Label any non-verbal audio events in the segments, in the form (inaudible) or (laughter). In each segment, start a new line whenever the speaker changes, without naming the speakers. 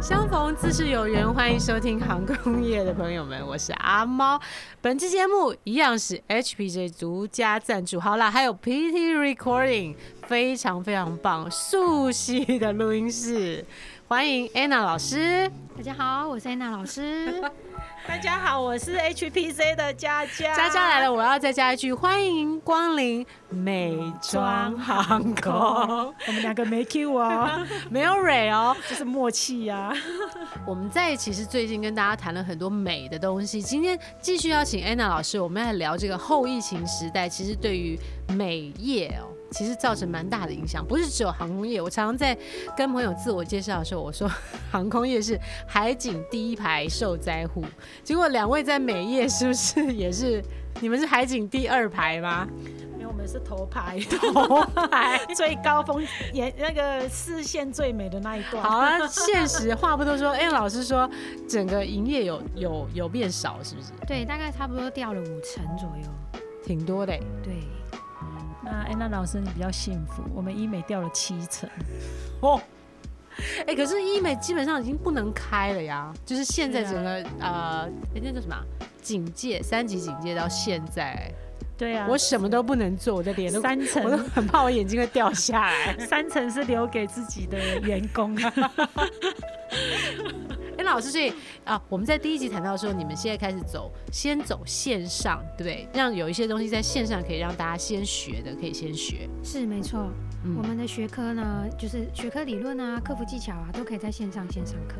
相逢自是有缘，欢迎收听航空业的朋友们，我是阿猫。本期节目一样是 HPJ 独家赞助，好啦，还有 PT Recording，非常非常棒，素系的录音室，欢迎 Anna 老师。
大家好，我是安娜老师。
大家好，我是 HPC 的佳佳，
佳佳来了，我要再加一句，欢迎光临美妆航空，
我们两个没 Q 哦，
(laughs)
没有蕊哦。
就是默契啊呀、
我们在一起是最近跟大家谈了很多美的东西，今天继续邀请 Anna 老师，我们来聊这个后疫情时代，其实对于美业哦。其实造成蛮大的影响，不是只有航空业。我常常在跟朋友自我介绍的时候，我说航空业是海景第一排受灾户， (laughs) 结果两位在美业是不是也是？你们是海景第二排吗？
因为我们是头牌，
头排。
(laughs) 最高峰也那个视线最美的那一段。
好啊，现实话不多说，哎、老师说整个营业有有有变少，是不是？
对，大概差不多掉了五成左右。
挺多的、
对，
那安娜老师你比较幸福，我们医美掉了七成，
哦，哎、可是医美基本上已经不能开了呀，就是现在整个、呃，人家叫什么啊警戒，三级警戒到现在，
对啊，
我什么都不能做，我的脸都，
三
我都
成。
很怕我眼睛会掉下来。
三成是留给自己的员工，
(laughs)
啊
(laughs)
哎、老师，所以啊，我们在第一集谈到说，你们现在开始走，先走线上，对不对？让有一些东西在线上可以让大家先学的，可以先学。
是没错。
嗯
我们的学科呢，就是学科理论啊、克服技巧啊，都可以在线上线上课。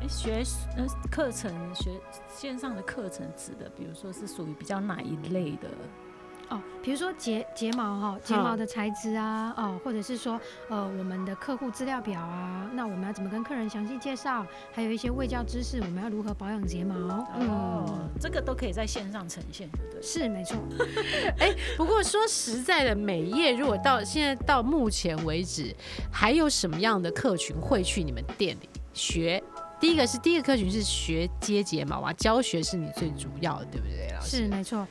哎
(laughs) 学呃课程学线上的课程指的，比如说是属于比较哪一类的？
哦，比如说睫睫毛哈、睫毛的材质啊，哦，或者是说呃我们的客户资料表啊，那我们要怎么跟客人详细介绍，还有一些卫教知识，我们要如何保养睫毛？
嗯
嗯
哦，这个都可以在线上呈现，对不对？
是没错，
不过说实在的，美业如果到现在到目前为止，还有什么样的客群会去你们店里学？第一个是第一个客群是学接睫毛啊，教学是你最主要的，对不对，老师？
是没错。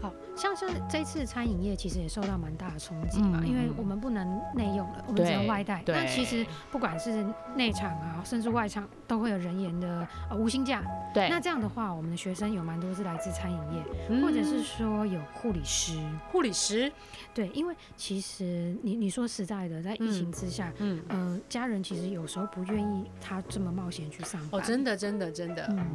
好像是这次餐饮业其实也受到蛮大的冲击嘛，
嗯
因为我们不能内用了，我们
对
只能外带。
对
那其实不管是内场啊，甚至外场，都会有人员的呃无薪假。
对，
那这样的话，我们的学生有蛮多是来自餐饮业，
嗯
或者是说有护理师。
护理师，
对，因为其实你你说实在的，在疫情之下，
嗯，
呃，家人其实有时候不愿意他这么冒险去上班。
哦，真的，真的，真的，
嗯，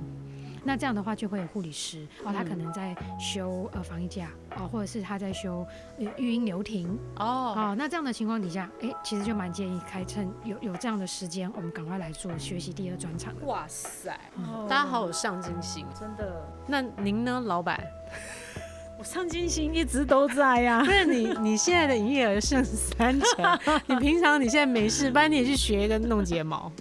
那这样的话就会有护理师哦，
嗯
他可能在修呃防疫架哦，或者是他在修呃育婴留停
哦，
哦。那这样的情况底下，哎、其实就蛮建议开趁有有这样的时间，我们赶快来做学习第二专场的。
哇塞，大家好有上进心。
哦真的，
那您呢，老板？
我上进心一直都在
啊
呀、
不是你，你现在的营业额剩三成，你平常你现在没事，不然你也去学一个弄睫毛。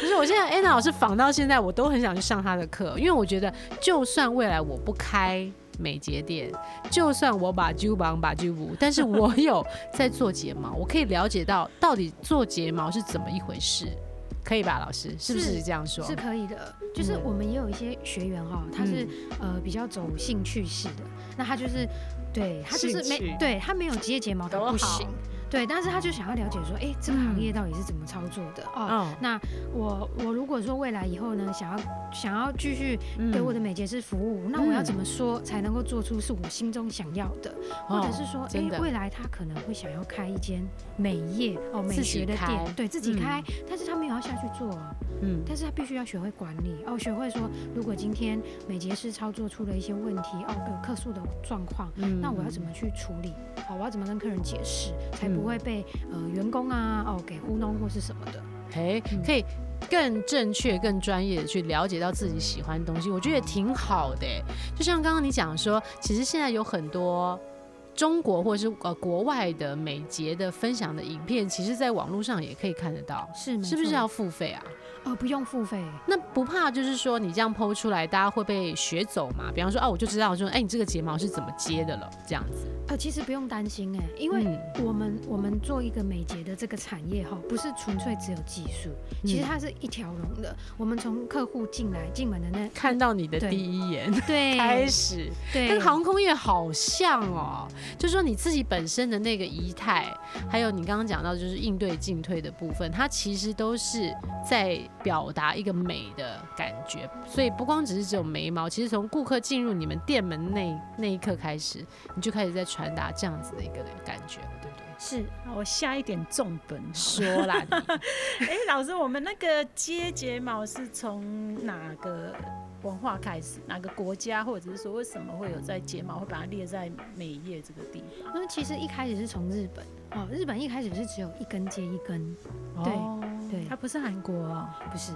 不是，我现在 Anna 老师仿到现在，我都很想去上她的课，因为我觉得就算未来我不开。美睫店，就算我把揪绑把揪补，但是
(laughs)
我有在做睫毛，我可以了解到到底做睫毛是怎么一回事，可以吧？老师是不是
是
这样说？
是可以的，
嗯
就是我们也有一些学员哈、他是、呃比较走兴趣式的，那他就是对他就是
兴趣
没对他没有接睫毛他
都好
不行，对，但是他就想要了解说，哎、这个行业到底是怎么操作的、哦。
嗯，
那我我如果说未来以后呢，想要想要继续
嗯
给我的美睫师服务，那我要
嗯
怎么说才能够做出是我心中想要的，或者是说，哎、
哦真的
未来他可能会想要开一间美业哦美
自己
学的
开
店，对自己
嗯
开，但是他没有要下去做啊，
嗯
但是他必须要学会管理哦，学会说，如果今天美睫师操作出了一些问题哦，有客诉的状况，
嗯
那我要怎
么？
么去处理？好、我要怎么跟客人解释，才
嗯
不会被呃员工啊哦给糊弄或是什么的？
哎、
嗯
可以更正确、更专业的去了解到自己喜欢的东西，我觉得也挺好的欸。就像刚刚你讲说，其实现在有很多。中国或是呃国外的美睫的分享的影片，其实在网络上也可以看得到，
是没
是不是
错
要付费啊？
哦不用付费？
那不怕就是说你这样剖出来，大家会被学走嘛？比方说啊，我就知道说，哎、你这个睫毛是怎么接的了，这样子。
呃，其实不用担心哎、因为
嗯
我们我们做一个美睫的这个产业哈，不是纯粹只有技术，其实
嗯
它是一条龙的。我们从客户进来进门的
(laughs)
那
看到你的
对
第一眼
对
开始，
对
跟航空业好像哦，就说你自己本身的那个仪态，还有你刚刚讲到就是应对进退的部分，它其实都是在表达一个美的感觉。所以不光只是只有眉毛，其实从顾客进入你们店门那那一刻开始，你就开始在传达这样子的一个感觉了，对不对？
是
好我下一点重本。
说啦，你
哎、老师，我们那个接睫毛是从哪个文化开始？哪个国家，或者是说为什么会有在睫毛会把它列在美业这个地方？
因为其实一开始是从日本哦，日本一开始是只有一根接一根，对对
它不是韩国哦，
啊
不是。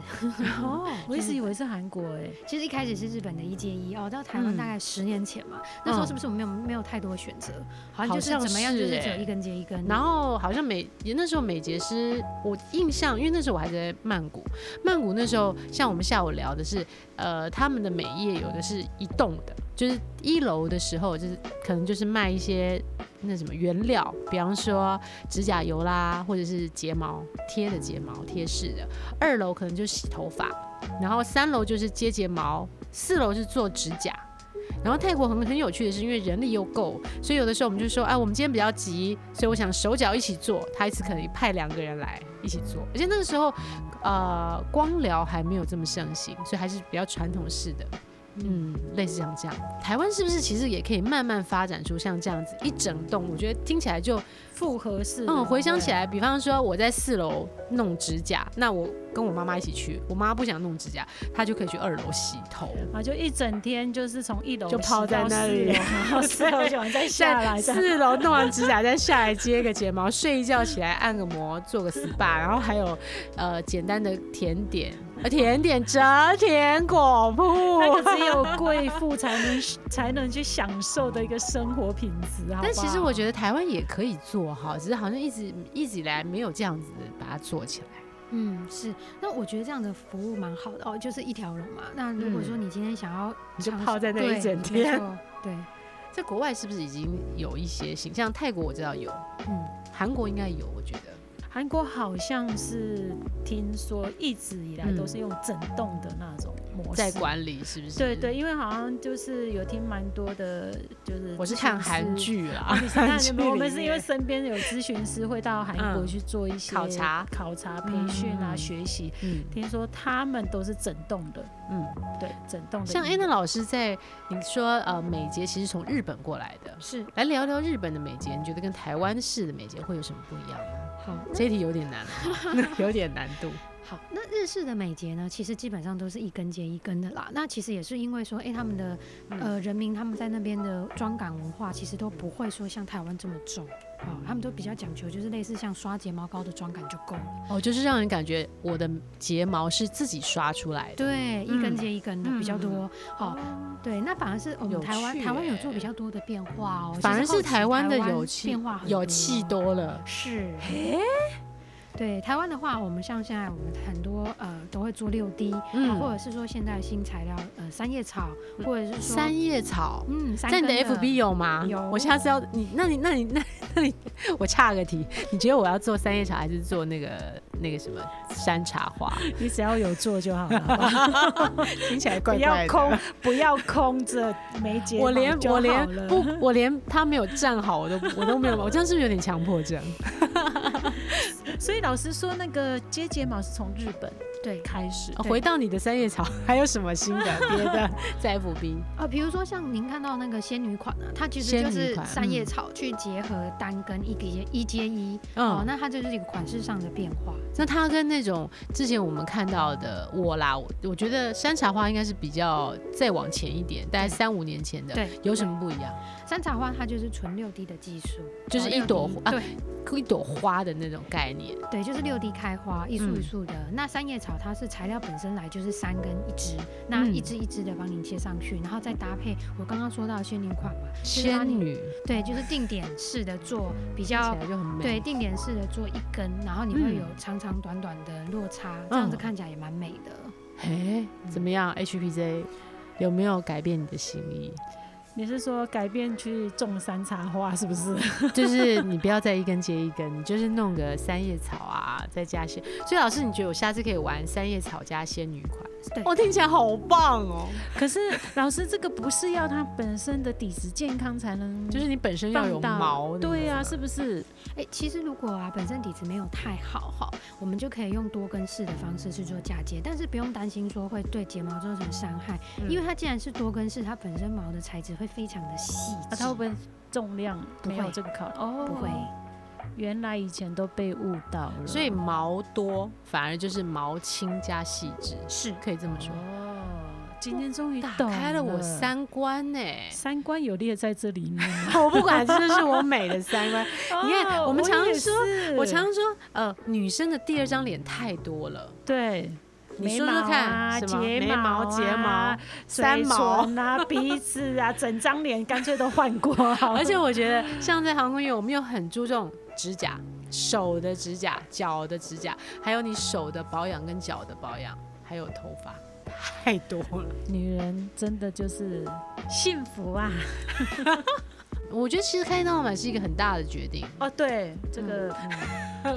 哦，我一直以为是韩国哎、
其实一开始是日本的一接一哦，到台湾
嗯
大概十年前嘛，那时候是不是我们没有没有太多选择？好像就是
好像
怎么样，就是是
欸
只有一根接一根。
然后好像美也那时候美睫师，我印象，因为那时候我还在曼谷，曼谷那时候像我们下午聊的是，呃，他们的美业有的是一栋的，就是一楼的时候就是可能就是卖一些那什么原料，比方说指甲油啦，或者是睫毛贴的睫毛贴饰的，二楼可能就洗头发，然后三楼就是接睫毛，四楼是做指甲。然后泰国很很有趣的是，因为人力又够，所以有的时候我们就说，哎，我们今天比较急，所以我想手脚一起做，他一次可能派两个人来一起做。而且那个时候，呃，光疗还没有这么盛行，所以还是比较传统式的。嗯，类似像这样，台湾是不是其实也可以慢慢发展出像这样子一整栋？我觉得听起来就
复合式的。哦
嗯，回想起
对，啊
来，比方说我在四楼弄指甲，那我跟我妈妈一起去，我妈不想弄指甲，她就可以去二楼洗头。
啊，就一整天就是从一楼
就泡在那里
洗到四楼然后
(laughs)
四楼就再下来，
在
这样
四
(laughs)
楼弄完指甲，再下来接个睫毛，睡一觉起来按个摩，做个 SPA，然后还有呃简单的甜点，呃甜点折甜果铺。
那个只有贵妇才能才能去享受的一个生活品质，好不好
但其实我觉得台湾也可以做哈，只是好像一直一直以来没有这样子把它做起来。
嗯，是。那我觉得这样的服务蛮好的哦，就是一条龙嘛。那如果说你今天想要
嗯你就
尝试，
泡在那里一
对
整
没
天
错对，
在国外是不是已经有一些形像泰国我知道有，
嗯，
韩国应该有，我觉得。
韩国好像是听说一直以来
嗯
都是用整栋的那种模式
在。管理是不是？
对对，，因为好像就是有听蛮多的，就是
我是看韩
咨询师。
剧啦
啊，你是
韩
看
剧
你们，我们
里嗯
是因为
面
身边有咨询师会到韩国
嗯
去做一些
考察
考察、培训啊、
嗯
学习。
嗯
听说他们都是整栋的，
嗯。
对，整栋的。
像 Anna 老师在你说呃美睫其实从日本过来的，
是
来聊聊日本的美睫，你觉得跟台湾式的美睫会有什么不一样呢？
好。
这一题有点 (laughs) 难哦，有点难度。
好，那日式的美睫呢，其实基本上都是一根接一根的啦。那其实也是因为说，哎、他们的
嗯
呃人民他们在那边的妆感文化，其实都不会说像台湾这么重哦，他们都比较讲求就是类似像刷睫毛膏的妆感就够了。
哦，就是让人感觉我的睫毛是自己刷出来的。
对，一根接一根的
嗯
比较多。好、对，那反而是我
有
们台湾
趣
台湾有
欸
做比较多的变化哦，
反
其
而
实后
是
期
台湾的有气
变化很
有气
多
多了。
是，对台湾的话，我们像现在我们很多呃都会做六 D，、
嗯
嗯、或者是说现在的新材料呃三叶草，或者是说
三叶草。
嗯三
在你的
根
FB 有吗？
有
我下次要你，那你那你那那你， (laughs) 我岔个题，你觉得我要做三叶草还是做那个那个什么山茶花？
你只要有做就好了，好不好
听起来 (laughs)
不
怪
要
怪的。
空，不要空着没结
我连我连不
不，
(laughs) 我连他没有站好，我都我都没有，我这样是不是有点强迫症？
所以老师说那个接睫毛是从日本
对
开始，
哦回到你的三叶草，还有什么新的别 (laughs) 的在 FB？
呃，比如说像您看到那个仙女款啊，它其实
仙
就
女
是
款
三叶
嗯
草去结合单根一接一接一，哦，
嗯，
那它就是一个款式上的变化。
那它跟那种之前我们看到的我啦，我我觉得山茶花应该是比较再往前一点，大概三五年前的，
对
有什么不一样？
山茶花它就是纯六 D 的技术，
就是
哦
一朵
6D
啊
对
一朵花的那种概念，
对，就是六 D 开花，一束
嗯
一束的。那三叶草它是材料本身来就是三根一支，那
嗯
一支一支的帮你切上去，然后再搭配我刚刚说到的仙女款嘛，就是让
仙
你
女
对，就是定点式的做比
听
较
起。来就很美。
对，定点式的做一根，然后你会
嗯
有长长短短的落差，这样子
嗯
看起来也蛮美的。
哎，怎么样？HPJ 有没有改变你的心意？
你是说改变去种山茶花是不是？
就是你不要再一根接一根，你就是弄个三叶草啊，再加些。所以老师，你觉得我下次可以玩三叶草加仙女款？
对
哦，听起来好棒哦！
(laughs) 可是老师，这个不是要它本身的底子健康才能，
就是你本身要有
放大
毛，
对呀、是不是？
哎、其实如果啊本身底子没有太好哈，我们就可以用多根式的方式去做嫁接，但是不用担心说会对睫毛造成伤害，
嗯
因为它既然是多根式，它本身毛的材质会非常的细
啊，
致，
它会不会重量
不
没有
会
这个考量？哦，
不会。
原来以前都被误导了，
所以毛多反而就是毛轻加细致，
是
可以这么说。
哦，今天终于
打
懂
开了我
了
三观呢、
三观有列在这里面吗？
(laughs) 我不管，这就是我美的三观。你看
哦
我们常
也
说
是
(laughs) 我常说，呃，女生的第二张脸太多了。
对。
你
眉
说
毛
说
啊，
看，什么
睫
眉毛、睫毛
啊、，
三毛
嘴唇啊、鼻子啊，整张脸干脆都换过
啊哦
好了。
(laughs) 而且我觉得，像在航空业，我们又很注重指甲，手的指甲、脚的指甲，还有你手的保养跟脚的保养，还有头发，太多了。
女人真的就是幸福啊！
我觉得其实开刀买是一个很大的决
(laughs)
定。
哦，对，这个
嗯
嗯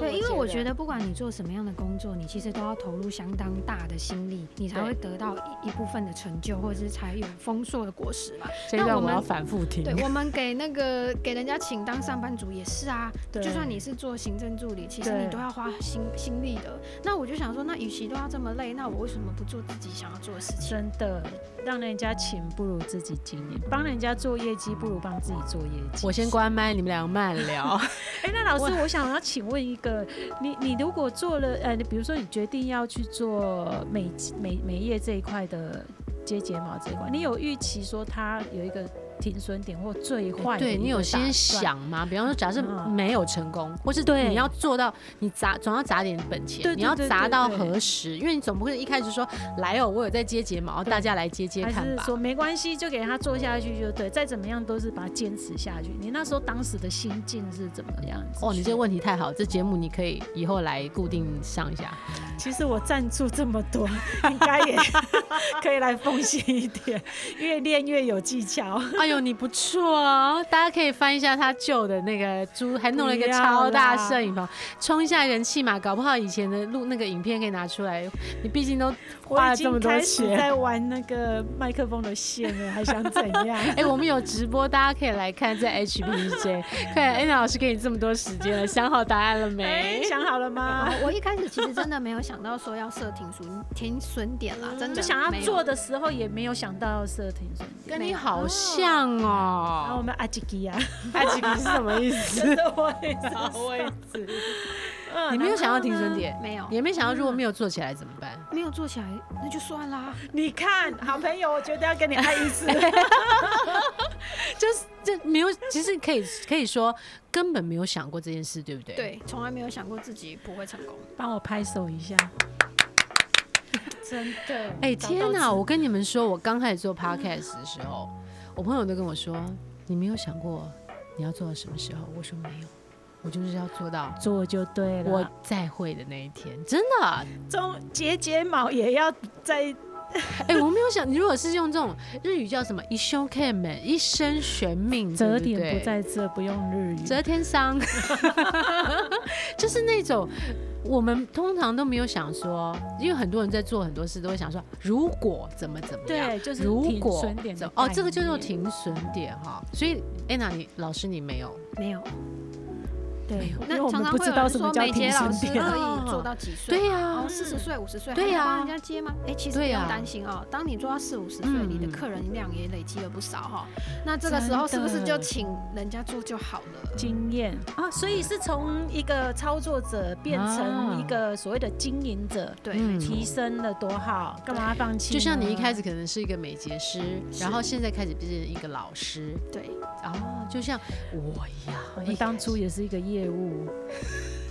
(laughs)
对，因为我觉得不管你做什么样的工作，你其实都要投入相当大的心力，你才
对
会得到一一部分的成就，或者是才有丰硕的果实嘛。
这一
那
段
我
我
们
要反复听。
对我们给那个给人家请当上班族也是啊，
对
就算你是做行政助理，其实
对
你都要花心心力的。那我就想说，那与其都要这么累，那我为什么不做自己想要做的事情？ (laughs)
真的
让人家请不如自己经营，帮人家做业绩不如帮自己做业绩。
我先关麦，你们两个慢
(laughs)
聊。
哎，那老师，我想要请问一个，你你如果做了，呃，你比如说你决定要去做美美美业这一块的接睫毛这一块，你有预期说它有一个停损点或最坏的
对
一
你
个
有
打
先
算
想吗？比方说，假设
嗯
没有成功，或是
对
你要做到，你砸总要砸点本钱，
对对
你要
对
砸
对
到
对
何时？因为你总不会一开始说来哦，我有在接睫毛，大家来接接
还
看
是
吧。
说没关系，就给他做下去就对，再怎么样都是把它坚持下去。你那时候当时的心境是怎么样子去？
哦，你这个问题太好，这节目你可以以后来固定上一下。
其实我赞助这么多，应该
(laughs)
也可以来奉献一点，越练越有技巧。
哎呦，你不错哦，大家可以翻一下他旧的那个猪，还弄了一个超大摄影棚，冲一下人气嘛，搞不好以前的录那个影片可以拿出来。你毕竟都
我
花了
已
这么
经
多
开始
钱。
在玩那个麦克风的线了，还想怎样？
哎、我们有直播，大家可以来看，在 HBJ。快点，安娜老师给你这么多时间了，想好答案了
哎
(laughs) 没？
想好了吗？
(laughs)
我一开始其实真的没有想到说要设停损停损点啦，真的
就想
没有
要做的时候也没有想到设停损点。
跟你好像
然后我
哦。
们阿吉吉呀，
他几 (laughs) 个是什么意 (laughs) 思？
我也是
位置。
嗯
(laughs) 你没有想要
然后
停
呢
损点，
没有
也没想到如果没有做起来怎么办？
嗯
没有做起来，那就算啦。
你看， (laughs) 好朋友，我觉得要跟你爱一
(laughs)
次。
就是这没有，其实可以可以说根本没有想过这件事，对不对？。
对，从来没有想过自己不会成功。
帮我拍手一
(laughs)
下，
真的，
哎、
找
天
到
哪！
自
我跟你们说，我刚开始做 podcast 的时候，我朋友都跟我说：“你没有想过你要做到什么时候？”我说：“没有，我就是要做到
做就对了。
我再会的那一天。”真的，
中睫睫毛也要在
哎、我没有想，你如果是用这种日语叫什么“一生懸命”，一生悬命，对
折
对
点不在这，不用日语。
遮天桑， (laughs) 就是那种我们通常都没有想说，因为很多人在做很多事都会想说，如果怎么怎么样。
对，就是
如
停
果
损点
怎
的
么哦，这个
概
叫
念
做。停损点哈。所以安娜，你老师你没有，
没有，
没
对
有，
那
因为我
常
们
常
不
会
知
有
道
人
什么
说
叫
美
停
睫老
损
师 (laughs)
点
可以
啊
做到几岁？
对
然
呀
啊
后，四十岁、五十岁，
对呀
还能帮人家接吗？哎、其实不
对呀
用担心哦。当你做到四五十岁，
嗯
你的客人量也累积了不少哈、那这个时候是不是就请人家做就好了？
经验
啊，所以是从一个操作者变成一个所谓的经营者，
对，
嗯
提升了多好，干嘛放弃呢？
就像你一开始可能是一个美睫师，然后现在开始变成一个老师，
对，
哦，就像我一样，
我们当初也是一个业务，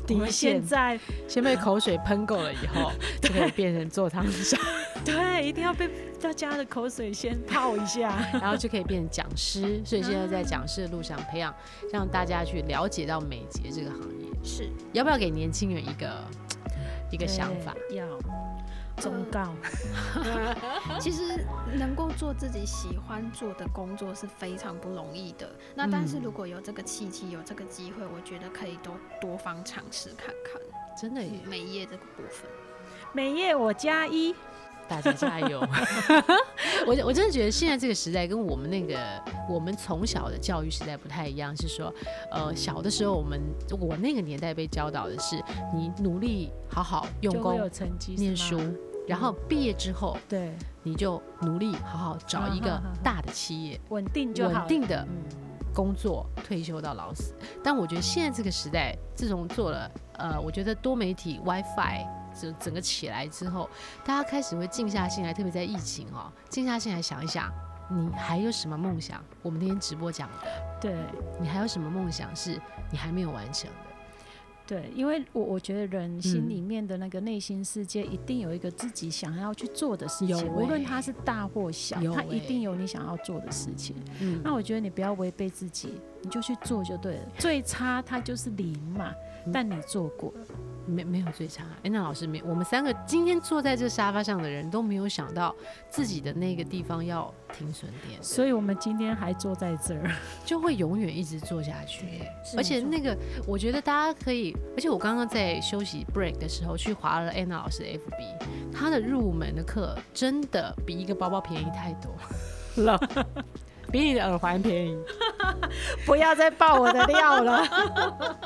我们现在
先被口水喷够了以
(laughs)
后，就可以变成做汤勺，
对一定要被大家的口水先泡一下，
然后就可以变成讲师。所以现在在讲师的路上，培养让大家去了解到美睫这个行业。
是。
要不要给年轻人一个一个想法？
对要忠告。
其实能够做自己喜欢做的工作是非常不容易的。那但是
嗯
如果有这个契机，有这个机会，我觉得可以多多方尝试看看
真的耶，
美业这个部分。
美业我加一，
大家加油！ (laughs) 我我真的觉得现在这个时代跟我们那个我们从小的教育时代不太一样，是说，呃，小的时候我们我那个年代被教导的是，你努力好好用
就会
功
有成绩。
念
是
书
吗，
然后毕业之后
对，
你就努力好好找一个大的企业，
稳定就好。
稳定，的
嗯，
工作，退休到老死。但我觉得现在这个时代，自从做了呃，我觉得多媒体 WiFi 整整个起来之后，大家开始会静下心来，特别在疫情哦，静下心来想一想，你还有什么梦想？我们那天直播讲的，
对。
你还有什么梦想是你还没有完成的？
对，因为我我觉得人
嗯
心里面的那个内心世界，一定有一个自己想要去做的事情，
有
无论
欸
它是大或小，
有
它一
欸
定有你想要做的事情。
嗯，
那我觉得你不要违背自己，你就去做就对了。最差它就是零嘛，
嗯
但你做过，
没没有最差。哎，那老师没，我们三个今天坐在这沙发上的人都没有想到自己的那个地方要停损点，
所以我们今天还坐在这儿。
就会永远一直做下去耶。
是
而
没
且
错
那个，我觉得大家可以，而且我刚刚在休息 break 的时候去划了 Anna 老师的 FB，她的入门的课真的比一个包包便宜太多了，比你的耳环便宜。
(laughs) 不要再爆我的料了。
(laughs)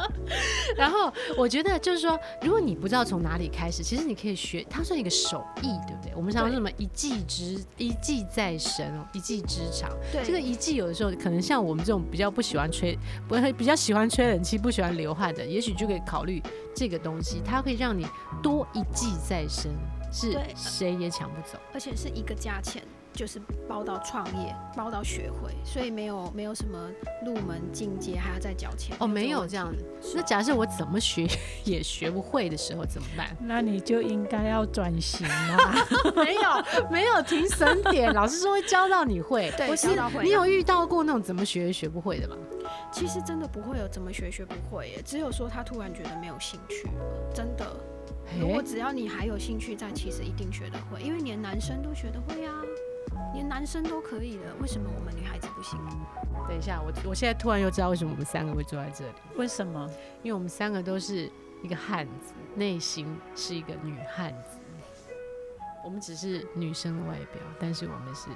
然后我觉得就是说，如果你不知道从哪里开始，其实你可以学，它算一个手艺，对不对？我们常说
对
什么一技之一技在身哦，一技之长。
对
这个一季有的时候可能像我们这种比较不喜欢吹，不比较喜欢吹冷气、不喜欢流汗的，也许就可以考虑这个东西，它会让你多一技在身，是
对
谁也抢不走。
而且是一个价钱，就是包到创业，包到学会，所以没有没有什么入门进阶还要再缴钱。
哦，没
这个
有
问
这
题
样子。那假设我怎么学也学不会的时候怎么办？
(laughs) 那你就应该要转型 (laughs) 啦。
(laughs) 没有，没有停损点，老师说会教到你 (laughs) 会。
对
不是
教到会
你有遇到过那种怎么学也学不会的吗？
其实真的不会有怎么学学不会耶，只有说他突然觉得没有兴趣了，真的。如果
诶
只要你还有兴趣在，其实一定学得会，因为连男生都学得会啊，连男生都可以了，为什么我们女孩子不行？
等一下，我我现在突然又知道为什么我们三个会坐在这里。
为什么？
因为我们三个都是一个汉子，内心是一个女汉子。我们只是女生的外表，但是我们是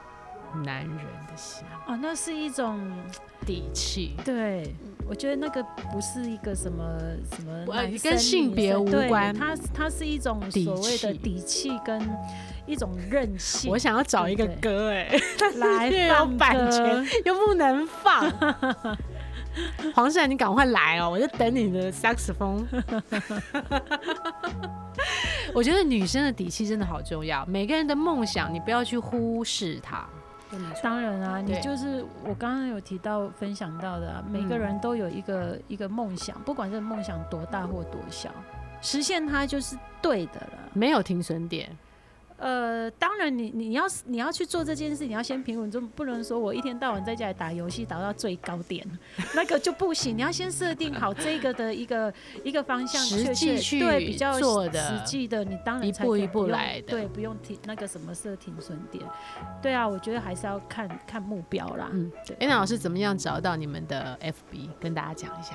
男人的心
哦，那是一种
底气。
对，我觉得那个不是一个什么什么
不呃
男
跟
生
性
女
别
生
无
对
关
它它是一种所谓的
底气
底气跟一种韧性。
我想要找一个
对
歌哎、
来
又有
放
版
歌
权，又不能放。 (laughs) 黄善，你赶快来哦，我就等你的萨克斯风。 (laughs) 我觉得女生的底气真的好重要，每个人的梦想你不要去忽视它。
(laughs) 当然啊，你
对
就是我刚刚有提到分享到的、啊，每个
嗯
人都有一个一个梦想，不管这个梦想多大或多小，实现它就是对的了。
没有停损点，
呃，当然你，你要你要去做这件事，你要先评估，你就不能说我一天到晚在家里打游戏打到最高点，那个就不行。你要先设定好这个的一个一个方向，
实
确
际
切
去
对比较
做的
实际的，你当然
一
才
步
可以
一步
不用
来的
对，不用停那个什么设停损点。对啊，我觉得还是要看看目标啦。
嗯，
对。
安娜老师怎么样找到你们的 FB？跟大家讲一下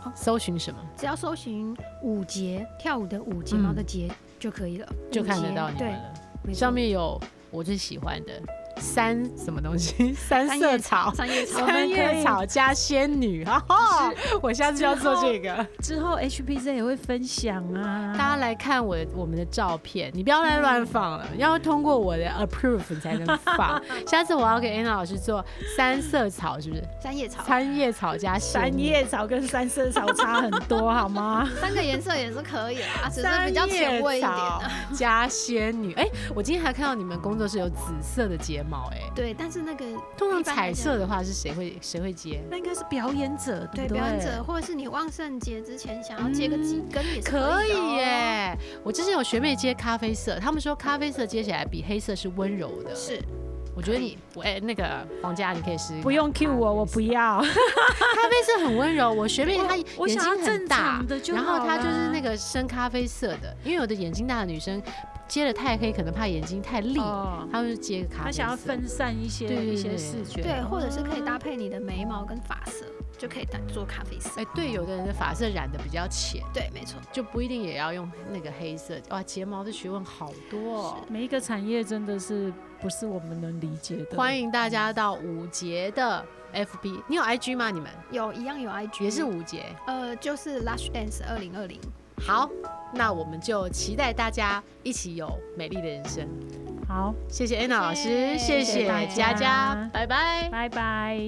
好，
搜寻什么？
只要搜寻舞节跳舞的舞，睫毛
嗯
的睫就可以了，
就
舞
看得
节
到你们
对，
了。
没错
上面有我最喜欢的三什么东西？三
三
色
叶
草。
三叶草
我们可
三
以
叶草加仙女，哈哈！我下次要做
之后
这个。
之后 HPZ 也会分享啊，
大家来看我我们的照片，你不要再乱放了，要通过我的 approve 你才能放。下次我要给安娜老师做三色草，是不是？
三叶草，
三叶草加仙女
三叶草跟三色草差很多，好吗？
(laughs)
三个颜色也是可以啦，啊只是比较前卫一点啊。
(laughs)
加仙女，哎、我今天还看到你们工作室有紫色的睫毛、哎，
对，但是那个
通常
一般来
彩
讲
色的话是谁会谁会接？
那应该是表演者，
对
不
表演者，或者是你万圣节之前想要接个几根也
嗯
是
可
以的哦
以耶、，我之前有学妹接咖啡色，他们说咖啡色接起来比黑色是温柔的，
是
我觉得你，我哎、那个黄佳，你可以试试看。
不用 Q 我，我不要。
咖啡色很温柔，我学妹
我
她
我
眼
想要
睛很
正
大
常，的就
然后
好啊
她就是
啦
那个深咖啡色的，因为有的眼睛大的女生接的太黑，可能怕眼睛太利，
哦
她会接咖啡色。
他想要分散一些
对对
一些
对
视觉，哦
对，或者是可以搭配你的眉毛跟发色，就可以当做咖啡色。
哎、对，有的人的发色染的比较浅，
对，没错。
就不一定也要用那个黑色。哇，睫毛的学问好多、哦。
每一个产业真的是不是我们能理解的。
欢迎大家到五节的 FB，你有 IG 吗？你们
有一样有 IG，
也是五节。
呃，就是 Lush Dance 二零二零，
好，那我们就期待大家一起有美丽的人生。
好，
谢谢 Anna 老师，
谢谢
谢谢
大
佳
家
佳，拜拜。
拜拜。